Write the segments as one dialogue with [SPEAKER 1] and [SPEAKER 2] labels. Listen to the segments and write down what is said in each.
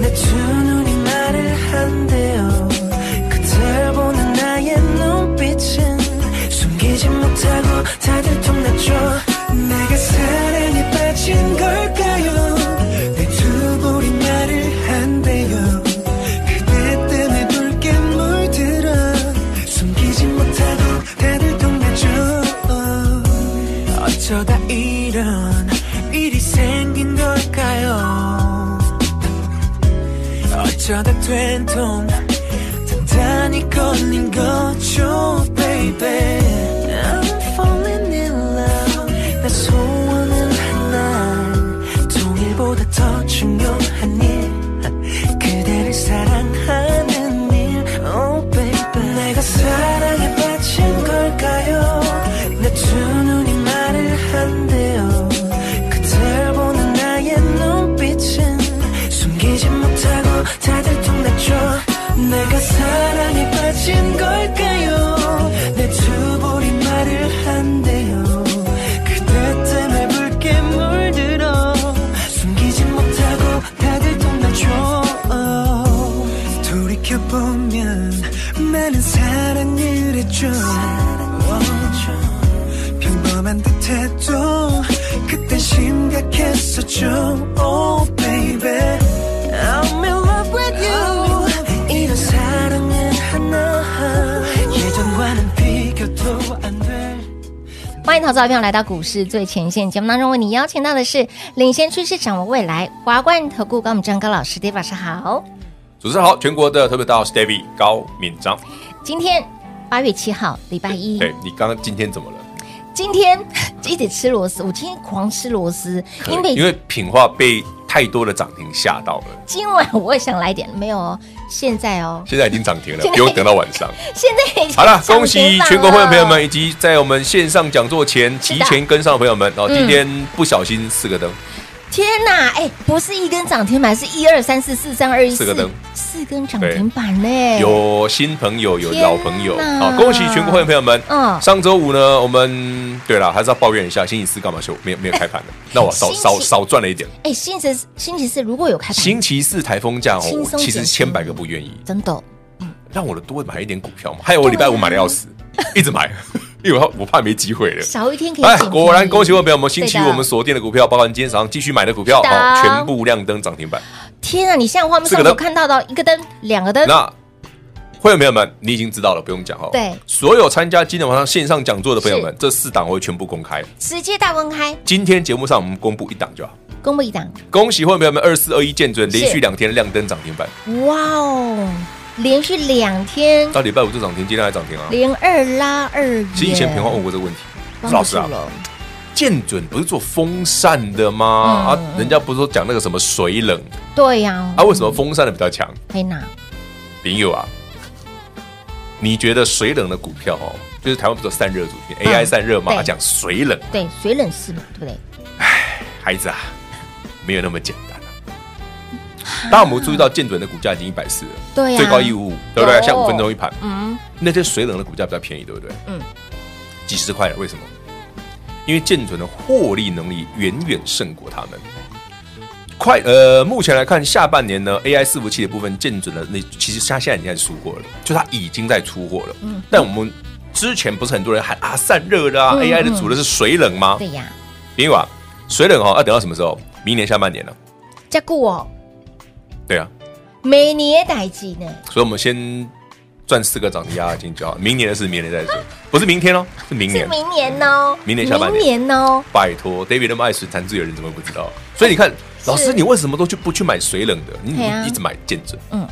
[SPEAKER 1] 내 두 눈이 말을 한대요. 그댈 보는 나의 눈빛은 숨기지 못하고 다들 통났죠. 내가 사랑에 빠진 걸까요? 내 두 볼이 말을 한대요. 그대 때문에 붉게 물들어 숨기지 못하고 다들 통났죠. 어쩌다 이런 일이 생긴 걸까요? 어쩌다 된통 단단히 걸린 거죠, baby. I'm falling in love. 내 소원은 하나. 통일보다 더 중요한 일. 그대를 사랑하는 일, oh baby. 내가 사랑에 빠진 걸까요? 내 두 눈이 말을 한대요. 그댈 보는 나의 눈빛은 숨기지 못하고 다들 통났죠. 내가 사랑에 빠진 걸까요? 내 두 볼이 말을 한대요. 그대 때문에 붉게 물들어 숨기지 못하고 다들 통났죠. 돌이켜보면 많은 사랑을 했죠 평범한 듯해도 그땐 심각했었죠 Oh baby I'm in love with you 이런 사랑은 하나 예전과는 비교도 안돼
[SPEAKER 2] 欢迎投资者朋友来到股市最前线节目当中，为你邀请到的是领先趋势、掌握未来华冠投顾高我们张高老师，大家晚上好。
[SPEAKER 3] 主持人好，全国的特别大号是 David 高敏章。
[SPEAKER 2] 今天八月七号，礼拜一，
[SPEAKER 3] 对你刚刚今天怎么了？
[SPEAKER 2] 今天一直吃螺丝，我今天狂吃螺丝，因为
[SPEAKER 3] 因为品化被太多的涨停吓到了，
[SPEAKER 2] 今晚我想来点，没有哦，现在哦，
[SPEAKER 3] 现在已经涨停了，
[SPEAKER 2] 现在
[SPEAKER 3] 不用等到晚上。
[SPEAKER 2] 现在已经
[SPEAKER 3] 好了，
[SPEAKER 2] 上
[SPEAKER 3] 恭喜
[SPEAKER 2] 天榜
[SPEAKER 3] 全国会员
[SPEAKER 2] 了
[SPEAKER 3] 朋友们，以及在我们线上讲座前
[SPEAKER 2] 是
[SPEAKER 3] 提
[SPEAKER 2] 的
[SPEAKER 3] 前跟上的朋友们哦，
[SPEAKER 2] 嗯
[SPEAKER 3] 今天不小心四个灯，
[SPEAKER 2] 天哪，哎、不是一根涨停板，是一二三四四三二一
[SPEAKER 3] 四个灯，
[SPEAKER 2] 四根涨停板呢、
[SPEAKER 3] 有新朋友，有
[SPEAKER 2] 天
[SPEAKER 3] 老朋友，
[SPEAKER 2] 哪
[SPEAKER 3] 好，恭喜全国会员朋友们。
[SPEAKER 2] 嗯
[SPEAKER 3] 上周五呢，我们对了，还是要抱怨一下，星期四干嘛休？没有没有开盘的，那我少
[SPEAKER 2] 星期
[SPEAKER 3] 少少赚了一点。
[SPEAKER 2] 哎、星期四星期四如果有开盘，
[SPEAKER 3] 星期四台风假哦，
[SPEAKER 2] 轻
[SPEAKER 3] 我
[SPEAKER 2] 松
[SPEAKER 3] 其
[SPEAKER 2] 减
[SPEAKER 3] 实
[SPEAKER 2] 轻
[SPEAKER 3] 千百个不愿意。
[SPEAKER 2] 真的
[SPEAKER 3] 让我的多买一点股票嘛。还有我礼拜五买的要死，
[SPEAKER 2] 啊
[SPEAKER 3] 一直买， 因为我我怕没机会了。
[SPEAKER 2] 少一天可以
[SPEAKER 3] 哎
[SPEAKER 2] 捡便，宜。
[SPEAKER 3] 果然恭喜我朋友们，星期
[SPEAKER 2] 对
[SPEAKER 3] 五
[SPEAKER 2] 的
[SPEAKER 3] 我们锁定的股票，包含今天早上继续买的股票，
[SPEAKER 2] 是的
[SPEAKER 3] 好，全部亮灯涨停板。
[SPEAKER 2] 天啊，你现在画面
[SPEAKER 3] 四
[SPEAKER 2] 上
[SPEAKER 3] 个灯
[SPEAKER 2] 我看到的一个灯、两个灯，
[SPEAKER 3] 那会员朋友们，你已经知道了，不用讲哦。
[SPEAKER 2] 对
[SPEAKER 3] 所有参加今天晚上线上讲座的朋友们
[SPEAKER 2] 是，
[SPEAKER 3] 这四档我会全部公开。
[SPEAKER 2] 直接大公开，
[SPEAKER 3] 今天节目上我们公布一档就好。
[SPEAKER 2] 公布一档，
[SPEAKER 3] 恭喜会员朋友们，二四二一见准，连
[SPEAKER 2] 是
[SPEAKER 3] 续两天亮灯涨停板，
[SPEAKER 2] 哇哦，连续两天
[SPEAKER 3] 到礼拜五就涨停，今天还涨停啊。
[SPEAKER 2] 连二拉二耶，
[SPEAKER 3] 其实以前平花问过这个问题，
[SPEAKER 2] 帮
[SPEAKER 3] 老
[SPEAKER 2] 不
[SPEAKER 3] 师
[SPEAKER 2] 住
[SPEAKER 3] 啊，
[SPEAKER 2] 了，
[SPEAKER 3] 建准不是做风扇的
[SPEAKER 2] 嗯
[SPEAKER 3] 吗？啊，人家不是说讲那个什么水冷
[SPEAKER 2] 对呀、
[SPEAKER 3] 啊？为什么风扇的比较强？
[SPEAKER 2] 可以拿
[SPEAKER 3] 林友啊，你觉得水冷的股票哦，就是台湾不是有散热主题、a i 散热嘛，
[SPEAKER 2] 嗯对
[SPEAKER 3] 啊讲水冷，
[SPEAKER 2] 对水冷式嘛，对不对？
[SPEAKER 3] 孩子啊，没有那么简单啊。大家有没有注意到建准的股价已经一百四了？
[SPEAKER 2] 对呀啊
[SPEAKER 3] 最高一五五，对不对？
[SPEAKER 2] 有
[SPEAKER 3] 像五分钟一盘，
[SPEAKER 2] 嗯，
[SPEAKER 3] 那些水冷的股价比较便宜，对不对？
[SPEAKER 2] 嗯，
[SPEAKER 3] 几十块了，为什么？因为建准的获利能力远远胜过他们。快，呃，目前来看，下半年呢，AI 伺服器的部分，建准的那其实它现在已经在出货了，就它已经在出货了。嗯，但我们之前不是很多人喊啊散热的啊、
[SPEAKER 2] 嗯
[SPEAKER 3] a i 的主的是水冷吗？
[SPEAKER 2] 对呀、
[SPEAKER 3] 林友啊，水冷哦，要等到什么时候？明年下半年了。
[SPEAKER 2] 加固哦，
[SPEAKER 3] 对啊，
[SPEAKER 2] 每年代机呢，
[SPEAKER 3] 所以我们先赚四个涨停压压惊就好，明年的事明年再说，不是明天哦，是明
[SPEAKER 2] 是
[SPEAKER 3] 年。
[SPEAKER 2] 明年哦，
[SPEAKER 3] 明年下半
[SPEAKER 2] 明
[SPEAKER 3] 年
[SPEAKER 2] 年哦，
[SPEAKER 3] 拜托，David 那么爱水产自有人怎么会不知道？所以你看，老师，你为什么都去不去买水冷的？你
[SPEAKER 2] 对啊
[SPEAKER 3] 你一直买见证，
[SPEAKER 2] 嗯，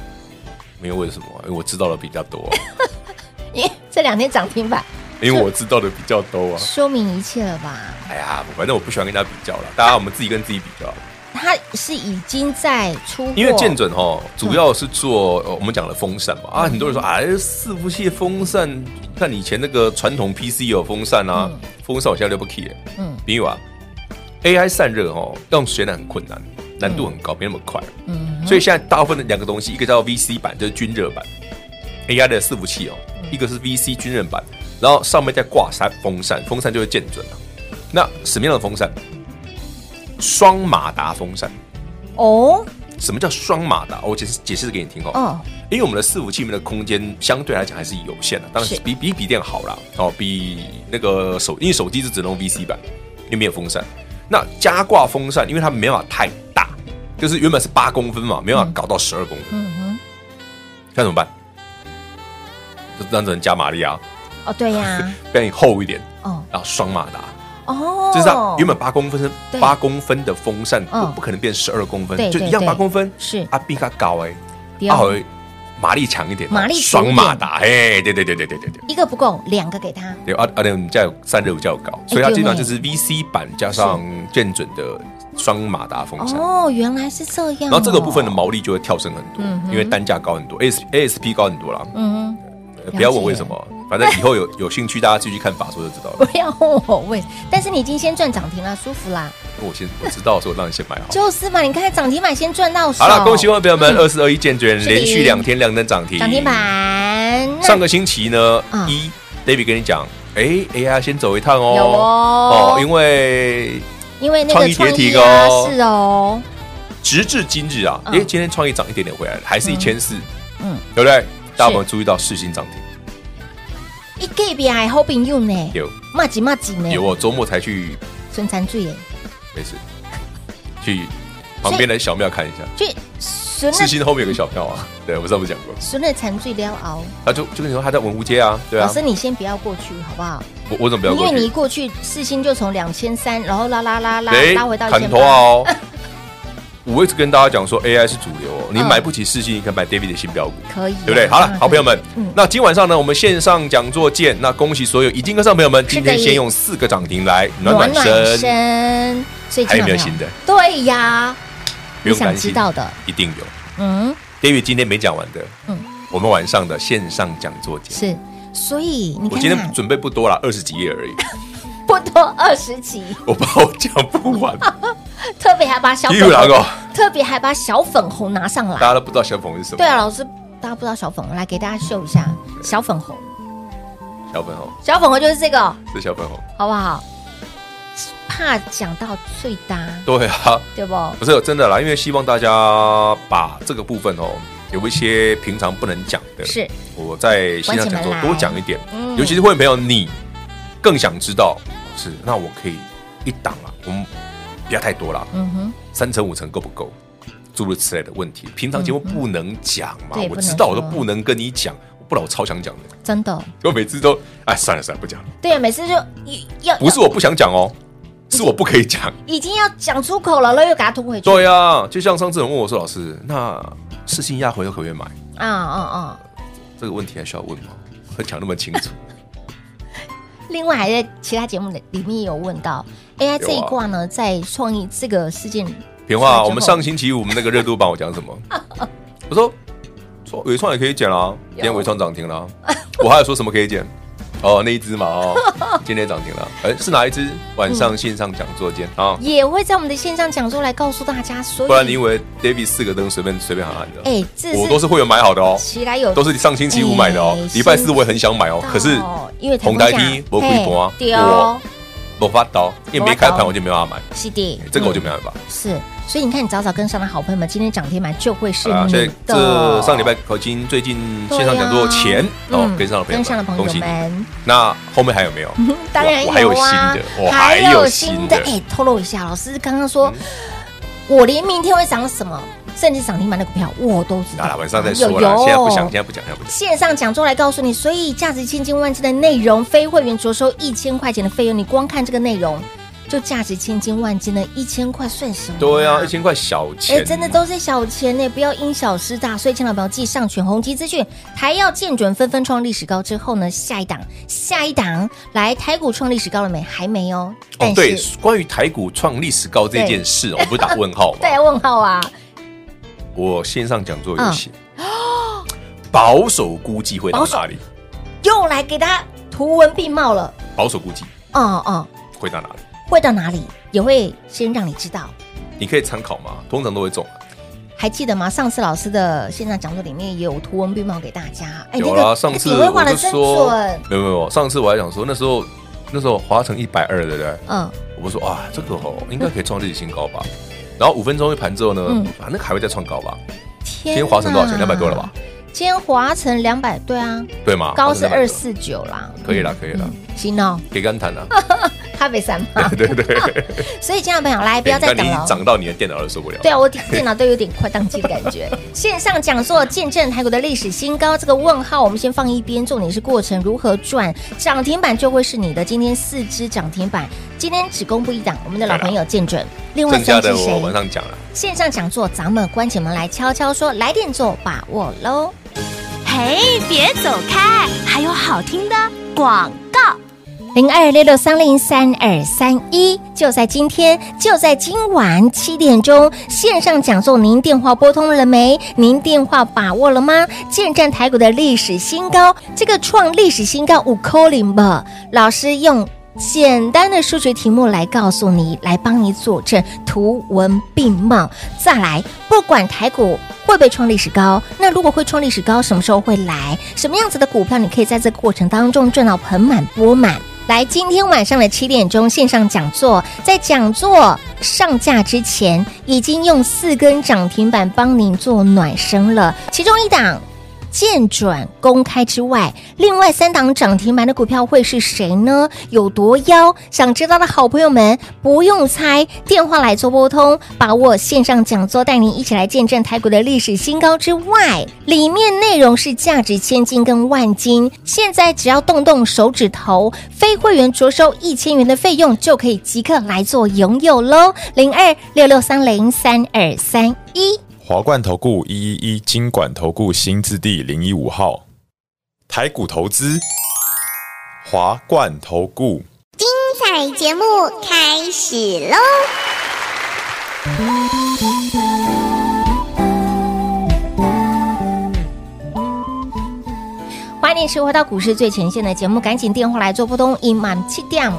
[SPEAKER 3] 没有为什么啊，因为我知道的比较多啊，
[SPEAKER 2] 因为这两天涨停板
[SPEAKER 3] 因为我知道的比较多 啊。
[SPEAKER 2] 说明一切了吧？
[SPEAKER 3] 哎呀，反正我不喜欢跟大家比较了，大家我们自己跟自己比较好了。
[SPEAKER 2] 它是已经在出货，
[SPEAKER 3] 因为剑准哈，主要是做、呃我们讲的风扇嘛啊，
[SPEAKER 2] 嗯
[SPEAKER 3] 很多人说哎，伺服器风扇，看以前那个传统 PC 有风扇啊，风扇我现在都不起耶，
[SPEAKER 2] 嗯
[SPEAKER 3] 比如啊，AI 散热哦，要水暖很困难，难度很高，没那么快，
[SPEAKER 2] 嗯
[SPEAKER 3] 所以现在大部分的两个东西，一个叫 VC 版，就是均热版，AI 的伺服器哦，
[SPEAKER 2] 嗯
[SPEAKER 3] 一个是 VC 均热版，然后上面再挂扇风扇，风扇就会见准了。那什么样的风扇？双马达风扇。
[SPEAKER 2] 哦
[SPEAKER 3] 什么叫双马达？我解释解释给你听哦。
[SPEAKER 2] 哦
[SPEAKER 3] 因为我们的伺服器里面的空间相对来讲还是有限的，当然
[SPEAKER 2] 是
[SPEAKER 3] 是比比笔电好啦，哦，比那个手，因为手机是只能用 VC 版，又没有风扇。那加挂风扇，因为它没办法太大，就是原本是八公分嘛，没办法搞到十二公分，
[SPEAKER 2] 嗯哼
[SPEAKER 3] 那、怎么办？就那只能加马力啊，
[SPEAKER 2] 哦对 呀
[SPEAKER 3] 让你厚一点，
[SPEAKER 2] 哦
[SPEAKER 3] 然后双马达，
[SPEAKER 2] 哦，
[SPEAKER 3] 就是它原本八公分
[SPEAKER 2] 对
[SPEAKER 3] 八公分的风扇，
[SPEAKER 2] 嗯
[SPEAKER 3] 不不可能变十二公分，
[SPEAKER 2] 对
[SPEAKER 3] 就一
[SPEAKER 2] 对
[SPEAKER 3] 样
[SPEAKER 2] 对
[SPEAKER 3] 八公分，
[SPEAKER 2] 是
[SPEAKER 3] 啊，比它高哎、
[SPEAKER 2] 不
[SPEAKER 3] 啊，
[SPEAKER 2] 要
[SPEAKER 3] 好马力强一点，
[SPEAKER 2] 马力强一
[SPEAKER 3] 双
[SPEAKER 2] 点
[SPEAKER 3] 马达，哎，对对对对对对对。
[SPEAKER 2] 一个不够，两个给他，
[SPEAKER 3] 对，啊啊，对，我们家有散热比较高，所以
[SPEAKER 2] 哎
[SPEAKER 3] 它基本上就是 VC 版加上剑准的双马达风扇，
[SPEAKER 2] 哦原来是这样哦，
[SPEAKER 3] 然后这个部分的毛利就会跳升很多
[SPEAKER 2] 嗯，哼
[SPEAKER 3] 因为单价高很多，AS ASP 高很多啦。
[SPEAKER 2] 嗯哼。
[SPEAKER 3] 呃不要问为什么，反正以后有有兴趣大家继续看法说就知道 了。
[SPEAKER 2] 不要问我为，但是你已经先赚涨停了，舒服啦。
[SPEAKER 3] 我先我知道的时候让你先买好。
[SPEAKER 2] 就是嘛，你看涨停板先赚到手。
[SPEAKER 3] 好了，恭喜各位朋友们，二四二一建卷
[SPEAKER 2] 是的
[SPEAKER 3] 连续两天亮灯涨停，
[SPEAKER 2] 涨停板。那
[SPEAKER 3] 上个星期呢，
[SPEAKER 2] 嗯
[SPEAKER 3] 一 David 跟你讲，哎，AI 先走一趟
[SPEAKER 2] 有
[SPEAKER 3] 哦，
[SPEAKER 2] 哦
[SPEAKER 3] 哦，，因为
[SPEAKER 2] 因为那个
[SPEAKER 3] 创
[SPEAKER 2] 创
[SPEAKER 3] 意跌
[SPEAKER 2] 意
[SPEAKER 3] 停
[SPEAKER 2] 啊
[SPEAKER 3] 哦
[SPEAKER 2] 是哦，
[SPEAKER 3] 直至今日啊，因
[SPEAKER 2] 嗯
[SPEAKER 3] 为今天创意涨一点点回来了，还是一千四，
[SPEAKER 2] 嗯
[SPEAKER 3] 嗯，对不对？大家有没有注意到世新涨停？
[SPEAKER 2] 一 G B I 好朋友呢，
[SPEAKER 3] 有
[SPEAKER 2] 骂几骂几呢，
[SPEAKER 3] 有，啊我周末才去，
[SPEAKER 2] 孙残罪耶，
[SPEAKER 3] 没事， 去旁边的小庙看一下。
[SPEAKER 2] 所以孙
[SPEAKER 3] 世
[SPEAKER 2] 的
[SPEAKER 3] 新后面有个小庙啊，对，我上次讲过，
[SPEAKER 2] 孙的残罪撩熬。
[SPEAKER 3] 他就就跟你说他在文湖街啊，对
[SPEAKER 2] 老
[SPEAKER 3] 啊
[SPEAKER 2] 师，，你先不要过去好不好？
[SPEAKER 3] 我我怎么不要
[SPEAKER 2] 因
[SPEAKER 3] 过
[SPEAKER 2] 为你一
[SPEAKER 3] 去？
[SPEAKER 2] 过去，四星就从两千三，然后拉拉拉拉
[SPEAKER 3] 哎
[SPEAKER 2] 拉回到一
[SPEAKER 3] 砍
[SPEAKER 2] 千
[SPEAKER 3] 头啊哦！ 我一直跟大家讲说 AI 是主流哦，你买不起世新，你可以买 David 的新标股。
[SPEAKER 2] 嗯可以啊，
[SPEAKER 3] 对不对？好了，好朋友们
[SPEAKER 2] 嗯，
[SPEAKER 3] 那今晚上呢，我们线上讲座见。那恭喜所有已经跟上朋友们，今天
[SPEAKER 2] 是的
[SPEAKER 3] 先用四个涨停来暖
[SPEAKER 2] 暖
[SPEAKER 3] 暖
[SPEAKER 2] 暖
[SPEAKER 3] 身，
[SPEAKER 2] 身，所以
[SPEAKER 3] 还有没有
[SPEAKER 2] 今
[SPEAKER 3] 新
[SPEAKER 2] 晚
[SPEAKER 3] 的？
[SPEAKER 2] 对呀，
[SPEAKER 3] 不
[SPEAKER 2] 你
[SPEAKER 3] 用
[SPEAKER 2] 想
[SPEAKER 3] 担
[SPEAKER 2] 知
[SPEAKER 3] 心，
[SPEAKER 2] 道的，
[SPEAKER 3] 一定有。
[SPEAKER 2] 嗯，
[SPEAKER 3] David 今天没讲完的，
[SPEAKER 2] 嗯
[SPEAKER 3] 我们晚上的线上讲座见。
[SPEAKER 2] 是，所以你
[SPEAKER 3] 我
[SPEAKER 2] 看啊
[SPEAKER 3] 今
[SPEAKER 2] 看
[SPEAKER 3] 天，准备不多啦，二十几页而已，
[SPEAKER 2] 不多二十集，
[SPEAKER 3] 我怕我讲不完。
[SPEAKER 2] 嗯特别还把小粉
[SPEAKER 3] 又来
[SPEAKER 2] 红
[SPEAKER 3] 了，
[SPEAKER 2] 特别还把小粉红拿上
[SPEAKER 3] 大
[SPEAKER 2] 来。
[SPEAKER 3] 家都不知道小粉红是什么。
[SPEAKER 2] 对啊，，老师，大家不知道小粉红，来给大家秀一下小粉红。
[SPEAKER 3] 小粉红
[SPEAKER 2] 小粉红就是这个，
[SPEAKER 3] 是小粉红。
[SPEAKER 2] 好不好？怕讲到最搭，
[SPEAKER 3] 对啊，
[SPEAKER 2] 对不？
[SPEAKER 3] 不是真的啦，因为希望大家把这个部分哦，有一些平常不能讲的，
[SPEAKER 2] 是
[SPEAKER 3] 我在线上讲
[SPEAKER 2] 关起
[SPEAKER 3] 座
[SPEAKER 2] 门来
[SPEAKER 3] 多讲一点，
[SPEAKER 2] 嗯
[SPEAKER 3] 尤其是会员朋友，你更想知道是那我可以一档啊，我们不要太多啦，
[SPEAKER 2] 嗯哼，
[SPEAKER 3] 三成五成够不够？诸如此类的问题，平常节目不能讲嘛，
[SPEAKER 2] 对
[SPEAKER 3] 我
[SPEAKER 2] 不能
[SPEAKER 3] 知道我都
[SPEAKER 2] 说
[SPEAKER 3] 不能跟你讲，不然我超想讲的，
[SPEAKER 2] 真的，
[SPEAKER 3] 我每次都哎算了算了不讲了，
[SPEAKER 2] 对啊，每次就要
[SPEAKER 3] 不是我不想 讲哦，是我不可以讲。
[SPEAKER 2] 已经要讲出口了，然后又给他吞回去。
[SPEAKER 3] 对啊，就像上次有人问我说，老师，那四星压回头可不可以买？
[SPEAKER 2] 啊啊啊！
[SPEAKER 3] 这个问题还需要问吗？我讲那么清楚，
[SPEAKER 2] 另外还在其他节目里里面也有问到
[SPEAKER 3] 啊
[SPEAKER 2] AI 这一卦呢，在创意这个事件
[SPEAKER 3] 平
[SPEAKER 2] 出来
[SPEAKER 3] 话，
[SPEAKER 2] 之后
[SPEAKER 3] 我们上星期五我们那个热度榜我讲 什么？我说说伟创也可以减啦，今天伟创涨停了啊，我还有说什么可以减？哦，那一只嘛 哦，今天涨停了，哎，是哪一只？晚上线上讲座见啊，
[SPEAKER 2] 也会在我们的线上讲座来告诉大家，所以
[SPEAKER 3] 不然你以为 David 四个灯随便随便喊喊的？
[SPEAKER 2] 哎，这
[SPEAKER 3] 我都是会员买好的哦，
[SPEAKER 2] 其来有
[SPEAKER 3] 都是上星期五买的哦
[SPEAKER 2] 哎，
[SPEAKER 3] 礼拜四我也很想买哦
[SPEAKER 2] 到，
[SPEAKER 3] 可是
[SPEAKER 2] 因为
[SPEAKER 3] 红台梯没开盘啊
[SPEAKER 2] 对哦，
[SPEAKER 3] 我发刀，因为没开盘我就没办法买，
[SPEAKER 2] 是的，
[SPEAKER 3] 这个我就
[SPEAKER 2] 嗯
[SPEAKER 3] 没办法。
[SPEAKER 2] 是，所以你看，你早早跟上的好朋友们，今天涨停板就会是
[SPEAKER 3] 啊，
[SPEAKER 2] 你
[SPEAKER 3] 所
[SPEAKER 2] 的。
[SPEAKER 3] 以这上礼拜已经最近线上讲座前
[SPEAKER 2] 对啊
[SPEAKER 3] 哦
[SPEAKER 2] 嗯，
[SPEAKER 3] 跟上了朋友
[SPEAKER 2] 跟上的
[SPEAKER 3] 们，
[SPEAKER 2] 朋
[SPEAKER 3] 恭
[SPEAKER 2] 友
[SPEAKER 3] 喜你。
[SPEAKER 2] 们，
[SPEAKER 3] 那后面还有没有？
[SPEAKER 2] 当然
[SPEAKER 3] 我还有
[SPEAKER 2] 有啊
[SPEAKER 3] 新的，我哦
[SPEAKER 2] 还
[SPEAKER 3] 还
[SPEAKER 2] 有
[SPEAKER 3] 有
[SPEAKER 2] 新
[SPEAKER 3] 新
[SPEAKER 2] 的
[SPEAKER 3] 的。嗯
[SPEAKER 2] 哎，透露一下，老师刚刚说，我连明天会涨什么，甚至涨停板的股票，我都知
[SPEAKER 3] 好了，
[SPEAKER 2] 道。
[SPEAKER 3] 啊晚上再说
[SPEAKER 2] 有
[SPEAKER 3] 了，
[SPEAKER 2] 嗯有
[SPEAKER 3] 现在不想，现在不讲，现在不讲。
[SPEAKER 2] 线上讲座来告诉你，所以价值千金万金的内容，非会员着收一千块钱的费用，你光看这个内容，就价值千金万金的一千块算什么、
[SPEAKER 3] 对啊，一。千块小
[SPEAKER 2] 哎、
[SPEAKER 3] 钱，啊
[SPEAKER 2] 真的都是小钱呢、不要因小失大，所以千万不要记上权宏基资讯，台要见准纷纷创历史高之后呢，下一档下一档来台股创历史高了没？还没哦，
[SPEAKER 3] 哦
[SPEAKER 2] 但，是、
[SPEAKER 3] 对，关于台股创历史高这件事，我不是打问号吗？
[SPEAKER 2] 对问号啊，
[SPEAKER 3] 我线上讲座有写，
[SPEAKER 2] 嗯
[SPEAKER 3] 保守估计会到哪里？
[SPEAKER 2] 又来给他图文并茂了，
[SPEAKER 3] 保守估计
[SPEAKER 2] 哦哦，
[SPEAKER 3] 会到哪里？
[SPEAKER 2] 会到哪里也会先让你知道。
[SPEAKER 3] 你可以参考吗？通常都会中啊，
[SPEAKER 2] 还记得吗？上次老师的线上讲座里面也有图文并茂给大家。哎
[SPEAKER 3] 有
[SPEAKER 2] 那
[SPEAKER 3] 啦。
[SPEAKER 2] 个
[SPEAKER 3] 上次
[SPEAKER 2] 你会画
[SPEAKER 3] 我
[SPEAKER 2] 的
[SPEAKER 3] 就
[SPEAKER 2] 真
[SPEAKER 3] 说
[SPEAKER 2] 准。，
[SPEAKER 3] 没有没有，上次我还想说那时候那时候华成一百二，对不对？
[SPEAKER 2] 嗯，
[SPEAKER 3] 我们说啊，这个哦应该可以创历史新高吧。然后五分钟一盘之后呢
[SPEAKER 2] 嗯，
[SPEAKER 3] 反正还会再创高吧，
[SPEAKER 2] 天
[SPEAKER 3] 今天华晨多少钱
[SPEAKER 2] 哪
[SPEAKER 3] 200多了吧？
[SPEAKER 2] 今天华晨两百，对啊，
[SPEAKER 3] 对吗？
[SPEAKER 2] 高是
[SPEAKER 3] 华晨
[SPEAKER 2] 二
[SPEAKER 3] 220，
[SPEAKER 2] 四九啦。
[SPEAKER 3] 可以啦可以啦
[SPEAKER 2] 嗯，行哦，
[SPEAKER 3] 可以 跟谈了。啊
[SPEAKER 2] 咖啡三嘛。对对对。所以，亲爱的朋友，来，不要再
[SPEAKER 3] 但
[SPEAKER 2] 等
[SPEAKER 3] 你已
[SPEAKER 2] 了哦
[SPEAKER 3] 经。涨到你的电脑都受不了。
[SPEAKER 2] 对啊，我电脑都有点快宕机的感 觉。线上讲座见证台股的历史新高，这个问号我们先放一边，重点是过程如何赚，涨停板就会是你的。今天四只涨停板，今天只公布一档，我们的老朋友见准，另外
[SPEAKER 3] 剩
[SPEAKER 2] 三
[SPEAKER 3] 下的
[SPEAKER 2] 只
[SPEAKER 3] 我
[SPEAKER 2] 谁？
[SPEAKER 3] 晚上讲了。
[SPEAKER 2] 啊线上讲座，咱们关起门来悄悄说，来电做把握喽。
[SPEAKER 4] 嘿，别走开，还有好听的广告。
[SPEAKER 2] 零二六六三零三二三一，就在今天，就在今晚七点钟，线上讲座，您电话拨通了没？您电话把握了吗？见证台股的历史新高，这个创历史新高五扣零吧，老师用。简单的数学题目来告诉你，来帮你佐证，图文并茂。再来，不管台股会不会创历史高，那如果会创历史高，什么时候会来？什么样子的股票你可以在这过程当中赚到盆满钵满？来，今天晚上的七点钟线上讲座，在讲座上架之前，已经用四根涨停板帮您做暖身了。其中一档见转公开之外，另外三档涨停板的股票会是谁呢？有多妖？想知道的好朋友们不用猜，电话来做拨通，把握线上讲座，带您一起来见证台股的历史新高之外，里面内容是价值千金跟万金。现在只要动动手指头，非会员着收一千元的费用，就可以即刻来做拥有喽。零二六六三零三二三一。
[SPEAKER 5] 华冠投顾一一一金管投顾新字第零一五号，台股投资，华冠投顾。
[SPEAKER 6] 彩节目开始喽！
[SPEAKER 2] 欢迎你收回到股市最前线的节目，赶紧电话来做拨通一满七点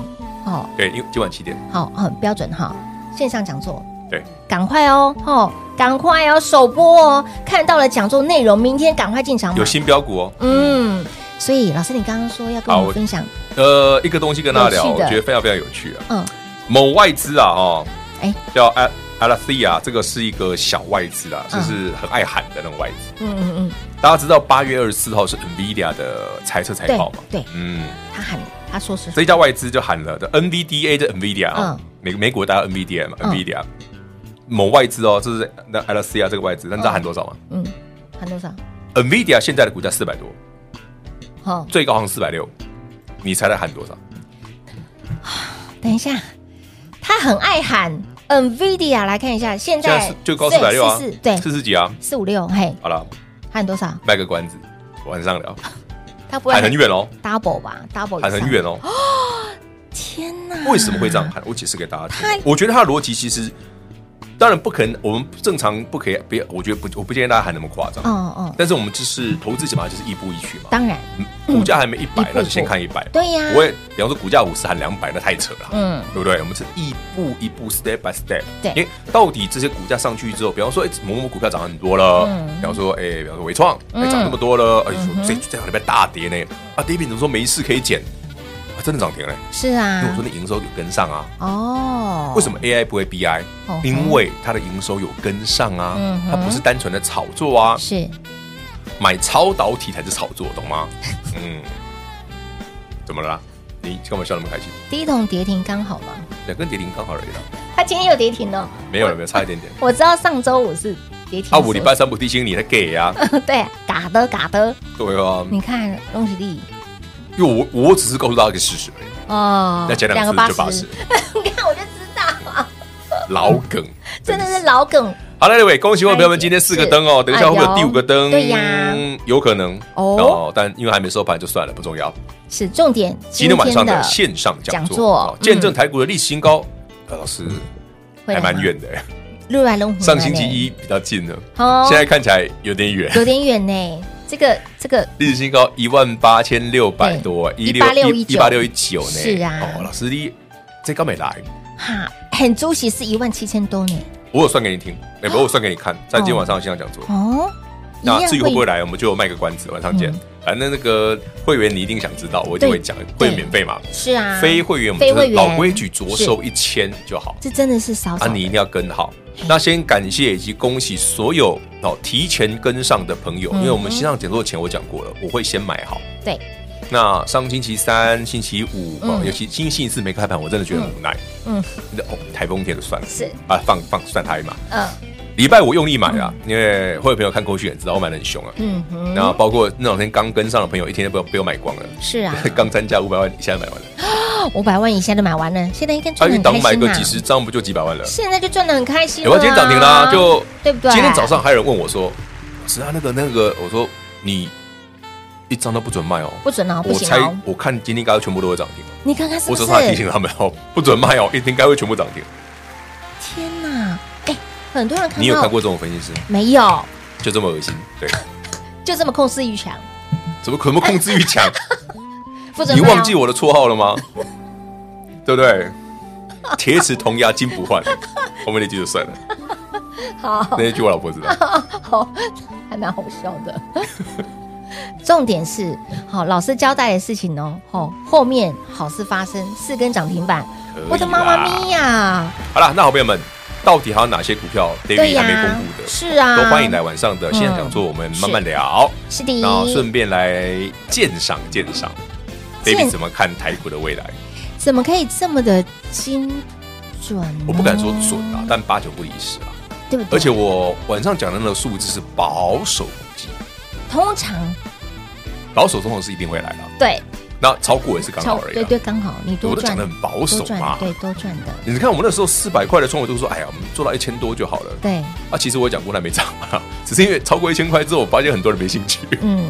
[SPEAKER 2] 哦，
[SPEAKER 3] 对，因为今晚七点，
[SPEAKER 2] 好，哦很标准哈，线上讲座，
[SPEAKER 3] 对，
[SPEAKER 2] 赶快哦，哦，赶快哦，首播哦，看到了讲座内容，明天赶快进场买
[SPEAKER 3] 有，新标股哦。
[SPEAKER 2] 嗯，所以老师你刚刚说要跟我
[SPEAKER 3] 好
[SPEAKER 2] 们分享，
[SPEAKER 3] 呃，一个东西跟大家
[SPEAKER 2] 有
[SPEAKER 3] 聊，
[SPEAKER 2] 趣
[SPEAKER 3] 我
[SPEAKER 2] 的
[SPEAKER 3] 觉得非常非常有趣啊。
[SPEAKER 2] 嗯，
[SPEAKER 3] 某外资啊，哦，
[SPEAKER 2] 哎
[SPEAKER 3] 叫 a a l a t h i a 这个是一个小外资啊，就是很爱喊的那种外资。
[SPEAKER 2] 嗯嗯嗯，
[SPEAKER 3] 大家知道八月二十四号是 NVIDIA 的财测财
[SPEAKER 2] 对
[SPEAKER 3] 报嘛？
[SPEAKER 2] 对，
[SPEAKER 3] 嗯，
[SPEAKER 2] 他喊他说是
[SPEAKER 3] 这一家外资就喊了的 NVDA 这 NVIDIA 啊
[SPEAKER 2] 嗯，
[SPEAKER 3] 美美国大家 NVIDIA 嘛
[SPEAKER 2] 嗯
[SPEAKER 3] ，NVIDIA 某外资哦，这是那 a l a t h i a 这个外资，那你知道喊多少吗
[SPEAKER 2] 嗯，喊多少？
[SPEAKER 3] ？NVIDIA 现在的股价四百多，
[SPEAKER 2] 好，
[SPEAKER 3] 最高好像四百六，你猜他喊多少？
[SPEAKER 2] 等一下，他很爱喊 NVIDIA，来看一下，现
[SPEAKER 3] 现在
[SPEAKER 2] 在
[SPEAKER 3] 是最高四百六啊
[SPEAKER 2] 四四，对，
[SPEAKER 3] 四十几啊。
[SPEAKER 2] 四五六，嘿，
[SPEAKER 3] 好了，
[SPEAKER 2] 喊多少？
[SPEAKER 3] 卖个关子，晚上聊，
[SPEAKER 2] 他不会
[SPEAKER 3] 喊很远哦，
[SPEAKER 2] double 吧，double 以
[SPEAKER 3] 喊
[SPEAKER 2] 上
[SPEAKER 3] 很远。哦。
[SPEAKER 2] 天哪！
[SPEAKER 3] 为什么会这样喊？我解释给大家听。我觉得他的逻辑其实，当然不可能，我们正常不可以，别，我觉得不，我不建议大家喊那么夸张。
[SPEAKER 2] 哦哦，
[SPEAKER 3] 但是我们就是投资者嘛，就是亦步亦趋嘛。
[SPEAKER 2] 当然，
[SPEAKER 3] 嗯股价还没一
[SPEAKER 2] 一步
[SPEAKER 3] 百
[SPEAKER 2] 一，步
[SPEAKER 3] 那就先看一百。
[SPEAKER 2] 对呀
[SPEAKER 3] 不会，比方说股价五十喊两百，那太扯了。
[SPEAKER 2] 嗯，
[SPEAKER 3] 对不对？我们是一步一步，step by step。
[SPEAKER 2] 对
[SPEAKER 3] 因为到底这些股价上去之后，比方说，哎，某某股票涨很多了，
[SPEAKER 2] 嗯
[SPEAKER 3] 比方说，哎，比方说伟创，哎，涨那么多了，哎，说这这两个礼拜大跌呢，啊，David 怎么说没事可以减？啊真的涨停了，
[SPEAKER 2] 是
[SPEAKER 3] 因为我
[SPEAKER 2] 啊
[SPEAKER 3] 说，那营收有跟上啊。
[SPEAKER 2] 哦，
[SPEAKER 3] 为什么 AI 不会 BI？
[SPEAKER 2] 哦
[SPEAKER 3] 因为它的营收有跟上啊
[SPEAKER 2] 嗯，哼
[SPEAKER 3] 它不是单纯的炒作啊，
[SPEAKER 2] 是
[SPEAKER 3] 买超导体才是炒作，懂吗？ 嗯，怎么了啦？你干嘛笑那么开心？
[SPEAKER 2] 第一桶跌停刚好吗？
[SPEAKER 3] 两根跌停刚好而已啦，
[SPEAKER 2] 他今天又跌停了，
[SPEAKER 3] 没有了，没有，差一点点。
[SPEAKER 2] 我知道上周五是跌停，
[SPEAKER 3] 啊，五礼拜三不提醒你，他给呀，
[SPEAKER 2] 对，啊嘎的嘎的，
[SPEAKER 3] 对啊，
[SPEAKER 2] 你看恭喜利
[SPEAKER 3] 因为我我只是告诉大家一个事实而已，
[SPEAKER 2] 哦，
[SPEAKER 3] 再讲
[SPEAKER 2] 两
[SPEAKER 3] 两
[SPEAKER 2] 个
[SPEAKER 3] 次就八十，
[SPEAKER 2] 你看我就
[SPEAKER 3] 老梗，
[SPEAKER 2] 真的是老梗
[SPEAKER 3] 好了，各位，恭喜我朋友们，今天四个灯哦，等一下会不会有第五个灯？
[SPEAKER 2] 对呀
[SPEAKER 3] 有可能
[SPEAKER 2] 哦
[SPEAKER 3] 哦，但因为还没收盘就算了，不重要。
[SPEAKER 2] 是重点。
[SPEAKER 3] 今天晚上的
[SPEAKER 2] 的
[SPEAKER 3] 线上讲
[SPEAKER 2] 讲
[SPEAKER 3] 座，
[SPEAKER 2] 座嗯
[SPEAKER 3] 哦见证台股的历史新高，呃老师
[SPEAKER 2] 会嗯
[SPEAKER 3] 还
[SPEAKER 2] 来
[SPEAKER 3] 蛮
[SPEAKER 2] 吗
[SPEAKER 3] 远的，哎
[SPEAKER 2] 陆来龙虎
[SPEAKER 3] 上
[SPEAKER 2] 门
[SPEAKER 3] 星期
[SPEAKER 2] 欸，
[SPEAKER 3] 一比较近了，
[SPEAKER 2] 哦
[SPEAKER 3] 现在看起来有 点远。
[SPEAKER 2] 有点远呢。这个这个
[SPEAKER 3] 历史新高一万八千六百多，
[SPEAKER 2] 对
[SPEAKER 3] 一八六一九呢？
[SPEAKER 2] 是啊
[SPEAKER 3] 哦，老师你这刚没来，
[SPEAKER 2] 哈，很猪喜是一万七千多呢。
[SPEAKER 3] 我有算给你听，哎，不，我有算给你看，在今天晚上的线上讲座。
[SPEAKER 2] 啊哦，一样
[SPEAKER 3] 那
[SPEAKER 2] 嗯
[SPEAKER 3] 至于会不会来，我们就卖个关子，晚上见。反正那个会员你一定想知道，我就
[SPEAKER 2] 对
[SPEAKER 3] 会讲，
[SPEAKER 2] 对
[SPEAKER 3] 会员免费嘛。
[SPEAKER 2] 是啊，
[SPEAKER 3] 非会员我们
[SPEAKER 2] 非
[SPEAKER 3] 就
[SPEAKER 2] 会
[SPEAKER 3] 是
[SPEAKER 2] 员
[SPEAKER 3] 老规矩，着收一千就好。
[SPEAKER 2] 这真的是少少
[SPEAKER 3] 啊，
[SPEAKER 2] 的
[SPEAKER 3] 你一定要跟好。那先感谢以及恭喜所有哦提前跟上的朋
[SPEAKER 2] 嗯
[SPEAKER 3] 友，因为我们线上讲座前我讲过了，我会先买好。
[SPEAKER 2] 对，
[SPEAKER 3] 那上星期三、星期五哦，
[SPEAKER 2] 嗯
[SPEAKER 3] 尤其星期四没开盘，我真的觉得很无奈。
[SPEAKER 2] 嗯
[SPEAKER 3] 嗯，哦，台风天就算了，
[SPEAKER 2] 是
[SPEAKER 3] 啊，放放算他一马。
[SPEAKER 2] 嗯
[SPEAKER 3] 礼拜五用力买啦，因为会有朋友看过去也知道我买的很凶啊。
[SPEAKER 2] 嗯哼，
[SPEAKER 3] 然后包括那两天刚跟上的朋友，一天都被我被我买光了，
[SPEAKER 2] 是啊， 哦
[SPEAKER 3] 刚参加五百万一下就买完了，
[SPEAKER 2] 五百万以下都买完了，现在应该
[SPEAKER 3] 他
[SPEAKER 2] 赚
[SPEAKER 3] 一
[SPEAKER 2] 的
[SPEAKER 3] 档
[SPEAKER 2] 嗯很开
[SPEAKER 3] 啊买
[SPEAKER 2] 心啊
[SPEAKER 3] 个
[SPEAKER 2] 啦
[SPEAKER 3] 几。十张不就几百万了？
[SPEAKER 2] 现在就赚的很开心
[SPEAKER 3] 有
[SPEAKER 2] 了啊。
[SPEAKER 3] 啊，今天涨停啦，就
[SPEAKER 2] 对不啊对？
[SPEAKER 3] 今天早上还有人问我说：“老师啊，那个那个，我说你一张都不准卖哦。”
[SPEAKER 2] 不准哦，不
[SPEAKER 3] 我
[SPEAKER 2] 行
[SPEAKER 3] 猜
[SPEAKER 2] 哦。
[SPEAKER 3] 我看今天应该全部都会涨停，
[SPEAKER 2] 你看看是不
[SPEAKER 3] 我只
[SPEAKER 2] 是？
[SPEAKER 3] 是怕提醒他们哦，不准卖哦，一定该会全部涨停。
[SPEAKER 2] 天哪！哎，很多人看到
[SPEAKER 3] 你有看过这种分析师？
[SPEAKER 2] 没有？
[SPEAKER 3] 就这么恶心，对，
[SPEAKER 2] 就这么控制欲强，
[SPEAKER 3] 怎么可能控制欲强？
[SPEAKER 2] 哎不准
[SPEAKER 3] 你
[SPEAKER 2] 卖哦
[SPEAKER 3] 忘记我的绰号了 吗？对不对？铁齿铜牙金不换，后面那句就算了。
[SPEAKER 2] 好，
[SPEAKER 3] 那一句我老婆知 道。
[SPEAKER 2] 好，还蛮好笑的。 重点是，好老师交代的事情哦，哦，后面好事发生，四根涨停板，我的妈妈咪呀！
[SPEAKER 3] 好了，那好朋友们，到底还有哪些股票
[SPEAKER 2] 对
[SPEAKER 3] David
[SPEAKER 2] 呀嗯
[SPEAKER 3] 还没公布的？
[SPEAKER 2] 是啊
[SPEAKER 3] 都欢迎来晚上的现场讲座，我们慢慢聊，
[SPEAKER 2] 是的
[SPEAKER 3] 然，后顺便来鉴赏鉴赏 David 怎么看台股的未来。
[SPEAKER 2] 怎么可以这么的精准呢？
[SPEAKER 3] 我不敢说准啊，但八九不离十啊。
[SPEAKER 2] 对不对？
[SPEAKER 3] 而且我晚上讲的那个数字是保守估计，
[SPEAKER 2] 通常
[SPEAKER 3] 保守通常是一定会来的啊，
[SPEAKER 2] 对
[SPEAKER 3] 那超过也是刚好而已
[SPEAKER 2] 对
[SPEAKER 3] 啊。
[SPEAKER 2] 对，刚好你多
[SPEAKER 3] 我都
[SPEAKER 2] 赚，
[SPEAKER 3] 讲得很保守
[SPEAKER 2] 多赚
[SPEAKER 3] 嘛
[SPEAKER 2] 对，多赚的，
[SPEAKER 3] 你看我们那时候四百块的冲，我就说，哎呀，我们做到一千多就好了。
[SPEAKER 2] 对，
[SPEAKER 3] 啊，其实我也讲过那没涨啊，只是因为超过一千块之后，我发现很多人没兴趣。
[SPEAKER 2] 嗯，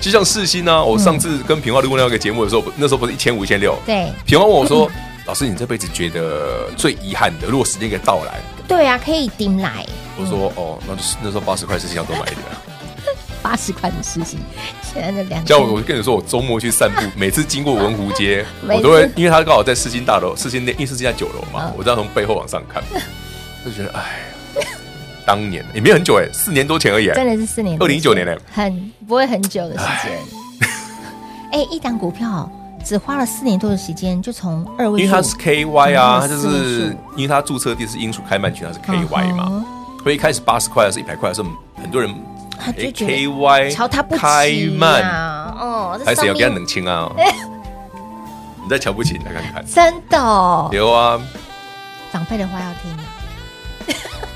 [SPEAKER 3] 就像世新啊呢，我上次跟平花录那个节目的时候，那时候不是一千五、一千六？
[SPEAKER 2] 对
[SPEAKER 3] 平花问我说：“老师，你这辈子觉得最遗憾的，如果时间给到来，
[SPEAKER 2] 对啊，可以顶来
[SPEAKER 3] 我
[SPEAKER 2] 嗯
[SPEAKER 3] 说哦，那就是那时候八十块事情要多买一点啊。
[SPEAKER 2] 八十块的事情，现在的两
[SPEAKER 3] 像我，我跟你说，我周末去散步，每次经过文 湖街，
[SPEAKER 2] 每
[SPEAKER 3] 我
[SPEAKER 2] 次
[SPEAKER 3] 都会，因为他刚好在世新大楼，世新那，因为世新在九楼嘛
[SPEAKER 2] 嗯，
[SPEAKER 3] 我这样从背后往上看，就觉得哎，当年也没有很久哎，四年多前而已哎。
[SPEAKER 2] 真的是四年多前，
[SPEAKER 3] 2019年嘞
[SPEAKER 2] 很不会很久的时
[SPEAKER 3] 哎
[SPEAKER 2] 间。哎，一档股票只花了四年多的时间，就从二位
[SPEAKER 3] 因为
[SPEAKER 2] 数，
[SPEAKER 3] 它是 KY 啊，它就
[SPEAKER 2] 嗯四位
[SPEAKER 3] 是
[SPEAKER 2] 数
[SPEAKER 3] 因为它注册地是英属开曼群，它是 KY
[SPEAKER 2] 嗯
[SPEAKER 3] 嘛，所以一开始八十块还是一百块，是很多人
[SPEAKER 2] 他啊就
[SPEAKER 3] 哎
[SPEAKER 2] 觉得
[SPEAKER 3] KY
[SPEAKER 2] 瞧他不
[SPEAKER 3] 开
[SPEAKER 2] 起
[SPEAKER 3] 曼，
[SPEAKER 2] 呀，哦，
[SPEAKER 3] 还
[SPEAKER 2] 这
[SPEAKER 3] 是要
[SPEAKER 2] 上
[SPEAKER 3] 给他
[SPEAKER 2] 面
[SPEAKER 3] 冷清 啊？你再瞧不起你来看看，
[SPEAKER 2] 真的哦，
[SPEAKER 3] 有啊，
[SPEAKER 2] 长辈的话要听啊，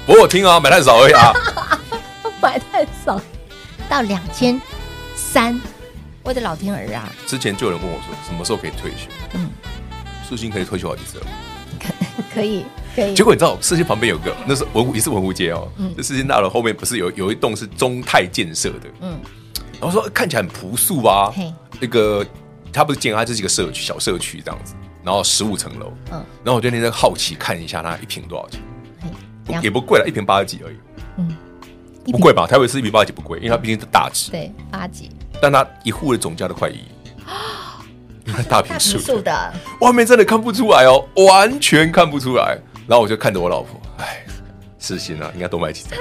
[SPEAKER 3] 不过我听啊，买太少而已啊，
[SPEAKER 2] 买太少，到两千三，我的老天儿啊！
[SPEAKER 3] 之前就有人问我说什么时候可以退休？
[SPEAKER 2] 嗯
[SPEAKER 3] 嗯，世新可以退休好几次了。
[SPEAKER 2] 可 以，可以。
[SPEAKER 3] 结果你知道，世新旁边有个那是文湖，也是文湖街哦，
[SPEAKER 2] 嗯
[SPEAKER 3] 这世新大楼后面不是有有一栋是中泰建设的，
[SPEAKER 2] 嗯
[SPEAKER 3] 嗯，然后说看起来很朴素啊
[SPEAKER 2] 嘿，
[SPEAKER 3] 那个它不是建，它就是一个社区小社区这样子，然后十五层楼，
[SPEAKER 2] 嗯
[SPEAKER 3] 嗯，然后我就那天好奇看一下它一瓶多少钱，
[SPEAKER 2] 嘿
[SPEAKER 3] 不
[SPEAKER 2] 两
[SPEAKER 3] 也不贵了，一瓶八十几而已，
[SPEAKER 2] 嗯
[SPEAKER 3] 嗯，
[SPEAKER 2] 一瓶
[SPEAKER 3] 不贵吧？台北市一瓶八十几不贵，因为它毕竟是大值，
[SPEAKER 2] 对八级
[SPEAKER 3] 但它一户的总价都快一亿。 因为它大
[SPEAKER 2] 大
[SPEAKER 3] 平
[SPEAKER 2] 平
[SPEAKER 3] 数
[SPEAKER 2] 数
[SPEAKER 3] 的，
[SPEAKER 2] 的，
[SPEAKER 3] 外面真的看不出来哦，完全看不出来。然后我就看着我老婆，哎，世新啊，应该多买几张。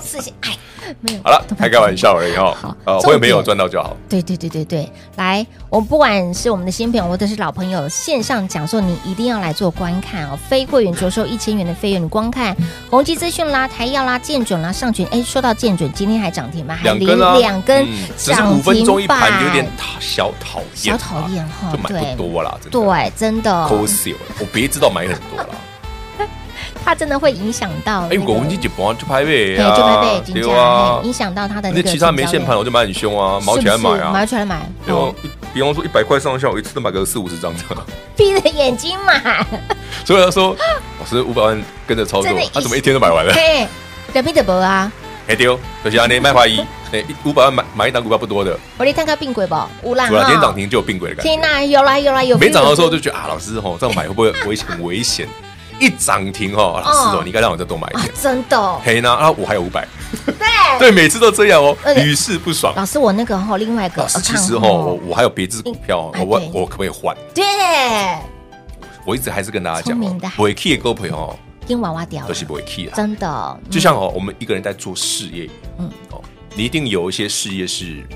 [SPEAKER 2] 四 千哎，没有
[SPEAKER 3] 好了，开开玩。笑而已
[SPEAKER 2] 好
[SPEAKER 3] 哈。呃，
[SPEAKER 2] 重
[SPEAKER 3] 我也没有
[SPEAKER 2] 点
[SPEAKER 3] 赚到就好。
[SPEAKER 2] 对对对对对，来，我不管是我们的新朋友或者是老朋友，线上讲座你一定要来做观看哦。非会员着收一千元的费用，你光看宏基资讯啦、台药啦、建准啦、上准。哎，说到建准，今天还涨停吗？还
[SPEAKER 3] 两
[SPEAKER 2] 连
[SPEAKER 3] 根啊，
[SPEAKER 2] 两根
[SPEAKER 3] 嗯只是
[SPEAKER 2] 涨
[SPEAKER 3] 五分钟
[SPEAKER 2] 停
[SPEAKER 3] 一盘，
[SPEAKER 2] 板，
[SPEAKER 3] 有点讨小讨厌
[SPEAKER 2] 小
[SPEAKER 3] 啊，
[SPEAKER 2] 讨厌哈
[SPEAKER 3] 就买
[SPEAKER 2] 对
[SPEAKER 3] 不多啦，真的，
[SPEAKER 2] 对，真的，哦
[SPEAKER 3] 抠死我了。我别知道买很多啦。
[SPEAKER 2] 它真的会影响到那
[SPEAKER 3] 哎，
[SPEAKER 2] 个。
[SPEAKER 3] 我们就本来就拍
[SPEAKER 2] 对，
[SPEAKER 3] 背
[SPEAKER 2] 就
[SPEAKER 3] 啊，
[SPEAKER 2] 会被金
[SPEAKER 3] 对
[SPEAKER 2] 价
[SPEAKER 3] 啊
[SPEAKER 2] 嘿，影响到它的
[SPEAKER 3] 你
[SPEAKER 2] 那
[SPEAKER 3] 那
[SPEAKER 2] 个
[SPEAKER 3] 其他没
[SPEAKER 2] 成交
[SPEAKER 3] 限
[SPEAKER 2] 量
[SPEAKER 3] 盘，我就买很凶啊，毛
[SPEAKER 2] 是
[SPEAKER 3] 起
[SPEAKER 2] 不
[SPEAKER 3] 来
[SPEAKER 2] 是
[SPEAKER 3] 买啊
[SPEAKER 2] 买，起来买，
[SPEAKER 3] 对
[SPEAKER 2] 哦
[SPEAKER 3] 哦，比方说一百块上下，我一次都买个四五十张的。
[SPEAKER 2] 闭着眼睛买，
[SPEAKER 3] 所以他说，老师五百万跟着操作啊
[SPEAKER 2] 真的，
[SPEAKER 3] 他怎么一天都买完了？
[SPEAKER 2] 嘿，两米的无啊，
[SPEAKER 3] 哎丢，可惜啊，你卖怀疑，哎，五百万买买一档股票不多的，
[SPEAKER 2] 我得看看并轨不？有啦
[SPEAKER 3] 主要今天涨
[SPEAKER 2] 哈，
[SPEAKER 3] 停就有并轨的感
[SPEAKER 2] 啊
[SPEAKER 3] 觉。
[SPEAKER 2] 天哪，有啦有啦有，
[SPEAKER 3] 没涨的时候就觉得啊，老师哦，这样买会不会危险？很危险！一涨停哦，啊老师
[SPEAKER 2] 哦，
[SPEAKER 3] 哦你应该让我再多买一
[SPEAKER 2] 啊
[SPEAKER 3] 点。，
[SPEAKER 2] 真的哦，
[SPEAKER 3] 嘿呢啊，我还有五百。 对，每次都这样哦
[SPEAKER 2] 而，且
[SPEAKER 3] 屡试不爽。
[SPEAKER 2] 老师我那个吼另外一个
[SPEAKER 3] 老师，其实
[SPEAKER 2] account
[SPEAKER 3] 哦，我我还有别只股票哦，
[SPEAKER 2] 哎
[SPEAKER 3] 我我
[SPEAKER 2] 对
[SPEAKER 3] 我可不可以换？
[SPEAKER 2] 对，
[SPEAKER 3] 我一直还是跟大家
[SPEAKER 2] 聪
[SPEAKER 3] 讲哦
[SPEAKER 2] 明的孩，子
[SPEAKER 3] 不会 key 的各位朋友哦，
[SPEAKER 2] 跟娃娃掉
[SPEAKER 3] 都
[SPEAKER 2] 了，
[SPEAKER 3] 是不会啊 key 啦。
[SPEAKER 2] 真的哦，
[SPEAKER 3] 就像哦，我们一个人在做事业，嗯哦，你一定有一些事业是
[SPEAKER 2] 比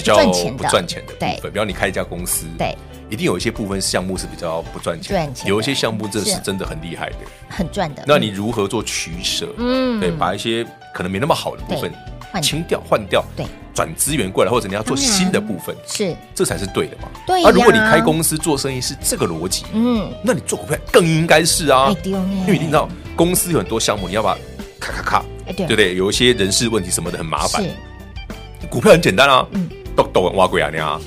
[SPEAKER 2] 较
[SPEAKER 3] 较
[SPEAKER 2] 不赚钱的
[SPEAKER 3] 不赚钱的
[SPEAKER 2] 对
[SPEAKER 3] 部分，比方你开一家公司，
[SPEAKER 2] 对，
[SPEAKER 3] 一定有一些部分项目是比较不赚钱
[SPEAKER 2] 赚
[SPEAKER 3] 的，
[SPEAKER 2] 钱的
[SPEAKER 3] 有一些项目这
[SPEAKER 2] 是
[SPEAKER 3] 是真的很厉害的。
[SPEAKER 2] 很赚的。
[SPEAKER 3] 那你如何做取舍？
[SPEAKER 2] 嗯
[SPEAKER 3] 对，把一些可能没那么好的部分
[SPEAKER 2] 换
[SPEAKER 3] 清掉、换掉，
[SPEAKER 2] 对，
[SPEAKER 3] 转资源过来，或者你要做
[SPEAKER 2] 当然
[SPEAKER 3] 新的部分，
[SPEAKER 2] 是
[SPEAKER 3] 这才是对的嘛。
[SPEAKER 2] 对呀
[SPEAKER 3] 啊，如果你开公司做生意是这个逻辑，
[SPEAKER 2] 嗯，
[SPEAKER 3] 那你做股票更应该是啊
[SPEAKER 2] 哎，对哦
[SPEAKER 3] 因为你知道公司有很多项目，你要把咔咔咔，
[SPEAKER 2] 哎
[SPEAKER 3] 对
[SPEAKER 2] 对
[SPEAKER 3] 不对？有一些人事问题什么的很麻烦
[SPEAKER 2] 是，
[SPEAKER 3] 股票很简单啊
[SPEAKER 2] 嗯，
[SPEAKER 3] 抖抖挖鬼啊你啊，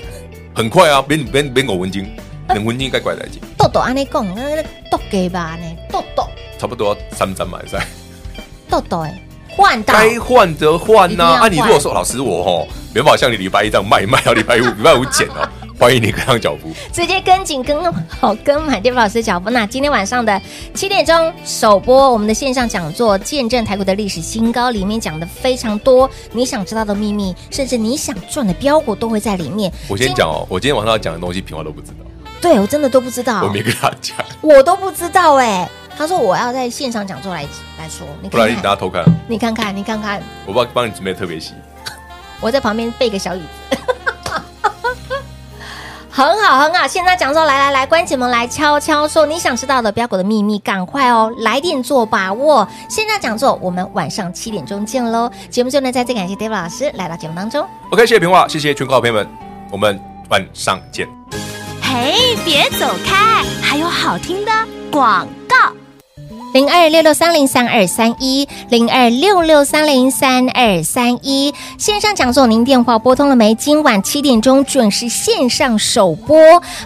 [SPEAKER 3] 很快啊，别别别我文经，
[SPEAKER 2] 呃
[SPEAKER 3] 能文经该拐来经，
[SPEAKER 2] 豆豆安尼讲，那个豆给吧呢，豆豆
[SPEAKER 3] 差不多要三张买在。
[SPEAKER 2] 豆豆哎，换到
[SPEAKER 3] 该换则换
[SPEAKER 2] 一定
[SPEAKER 3] 呐、
[SPEAKER 2] 要
[SPEAKER 3] 啊。
[SPEAKER 2] 换
[SPEAKER 3] 你如果说老师我吼没办法像你礼拜一这样卖卖到礼 拜五，礼拜五减哦，欢迎你跟上脚步。
[SPEAKER 2] 直接跟紧跟好跟满天老师脚步。那今天晚上的七点钟首播我们的线上讲座《见证台股的历史新高》，里面讲的非常多，你想知道的秘密，甚至你想赚的标股都会在里面。
[SPEAKER 3] 我先讲哦，我今天晚上要讲的东西平花都不知道，
[SPEAKER 2] 今，对我真的都不知道
[SPEAKER 3] 我，没跟他讲，
[SPEAKER 2] 我都不知道哎、他说我要在线上讲座来来说，你
[SPEAKER 3] 不然你
[SPEAKER 2] 看
[SPEAKER 3] 大
[SPEAKER 2] 看，
[SPEAKER 3] 家偷看，
[SPEAKER 2] 你看看，你看看，
[SPEAKER 3] 我帮帮你准备特别细。
[SPEAKER 2] 我在旁边备个小椅子。 很好，很好。现在讲座来来来，关起门来敲敲说你想知道的标股的秘密，赶快哦，来电做把握。现在讲座我们晚上七点钟见喽。节目最后呢，再次感谢 David 老师来到节目当中。
[SPEAKER 3] OK，谢谢平花，谢谢全国好朋友们，我们晚上见。
[SPEAKER 4] 嘿，别走开，还有好听的广告。
[SPEAKER 2] 零二六六三零三二三一，零二六六三零三二三一。线上讲座，您电话拨通了没？今晚七点钟准时线上首播。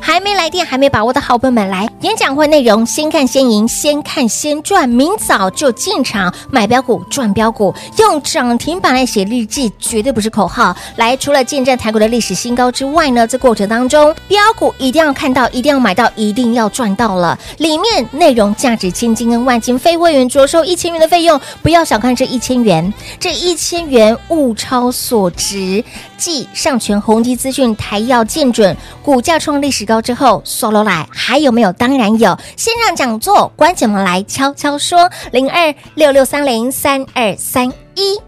[SPEAKER 2] 还没来电、还没把握的好朋友们，来演讲会内容，先看先赢，先看先赚，明早就进场买标股赚标股，用涨停板来写日记，绝对不是口号。来，除了见证台股的历史新高之外呢，这过程当中标股一定要看到，一定要买到，一定要赚到了。里面内容价值千金跟万金，非会员着收一千元的费用，不要小看这一千元，这一千元物超所值。继上全宏基资讯台要见准股价创历史高之后，刷落来还有没有？当然有，线上讲座，关起门来悄悄说，零二六六三零三二三一。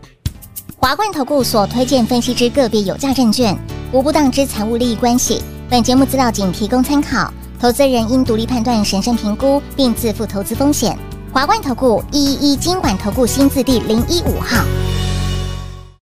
[SPEAKER 6] 华冠投顾所推荐分析之个别有价证券，无不当之财务利益关系。本节目资料仅提供参考，投资人应独立判断、审慎评估，并自负投资风险。华冠投顾一一一金管投顾新字第零一五号。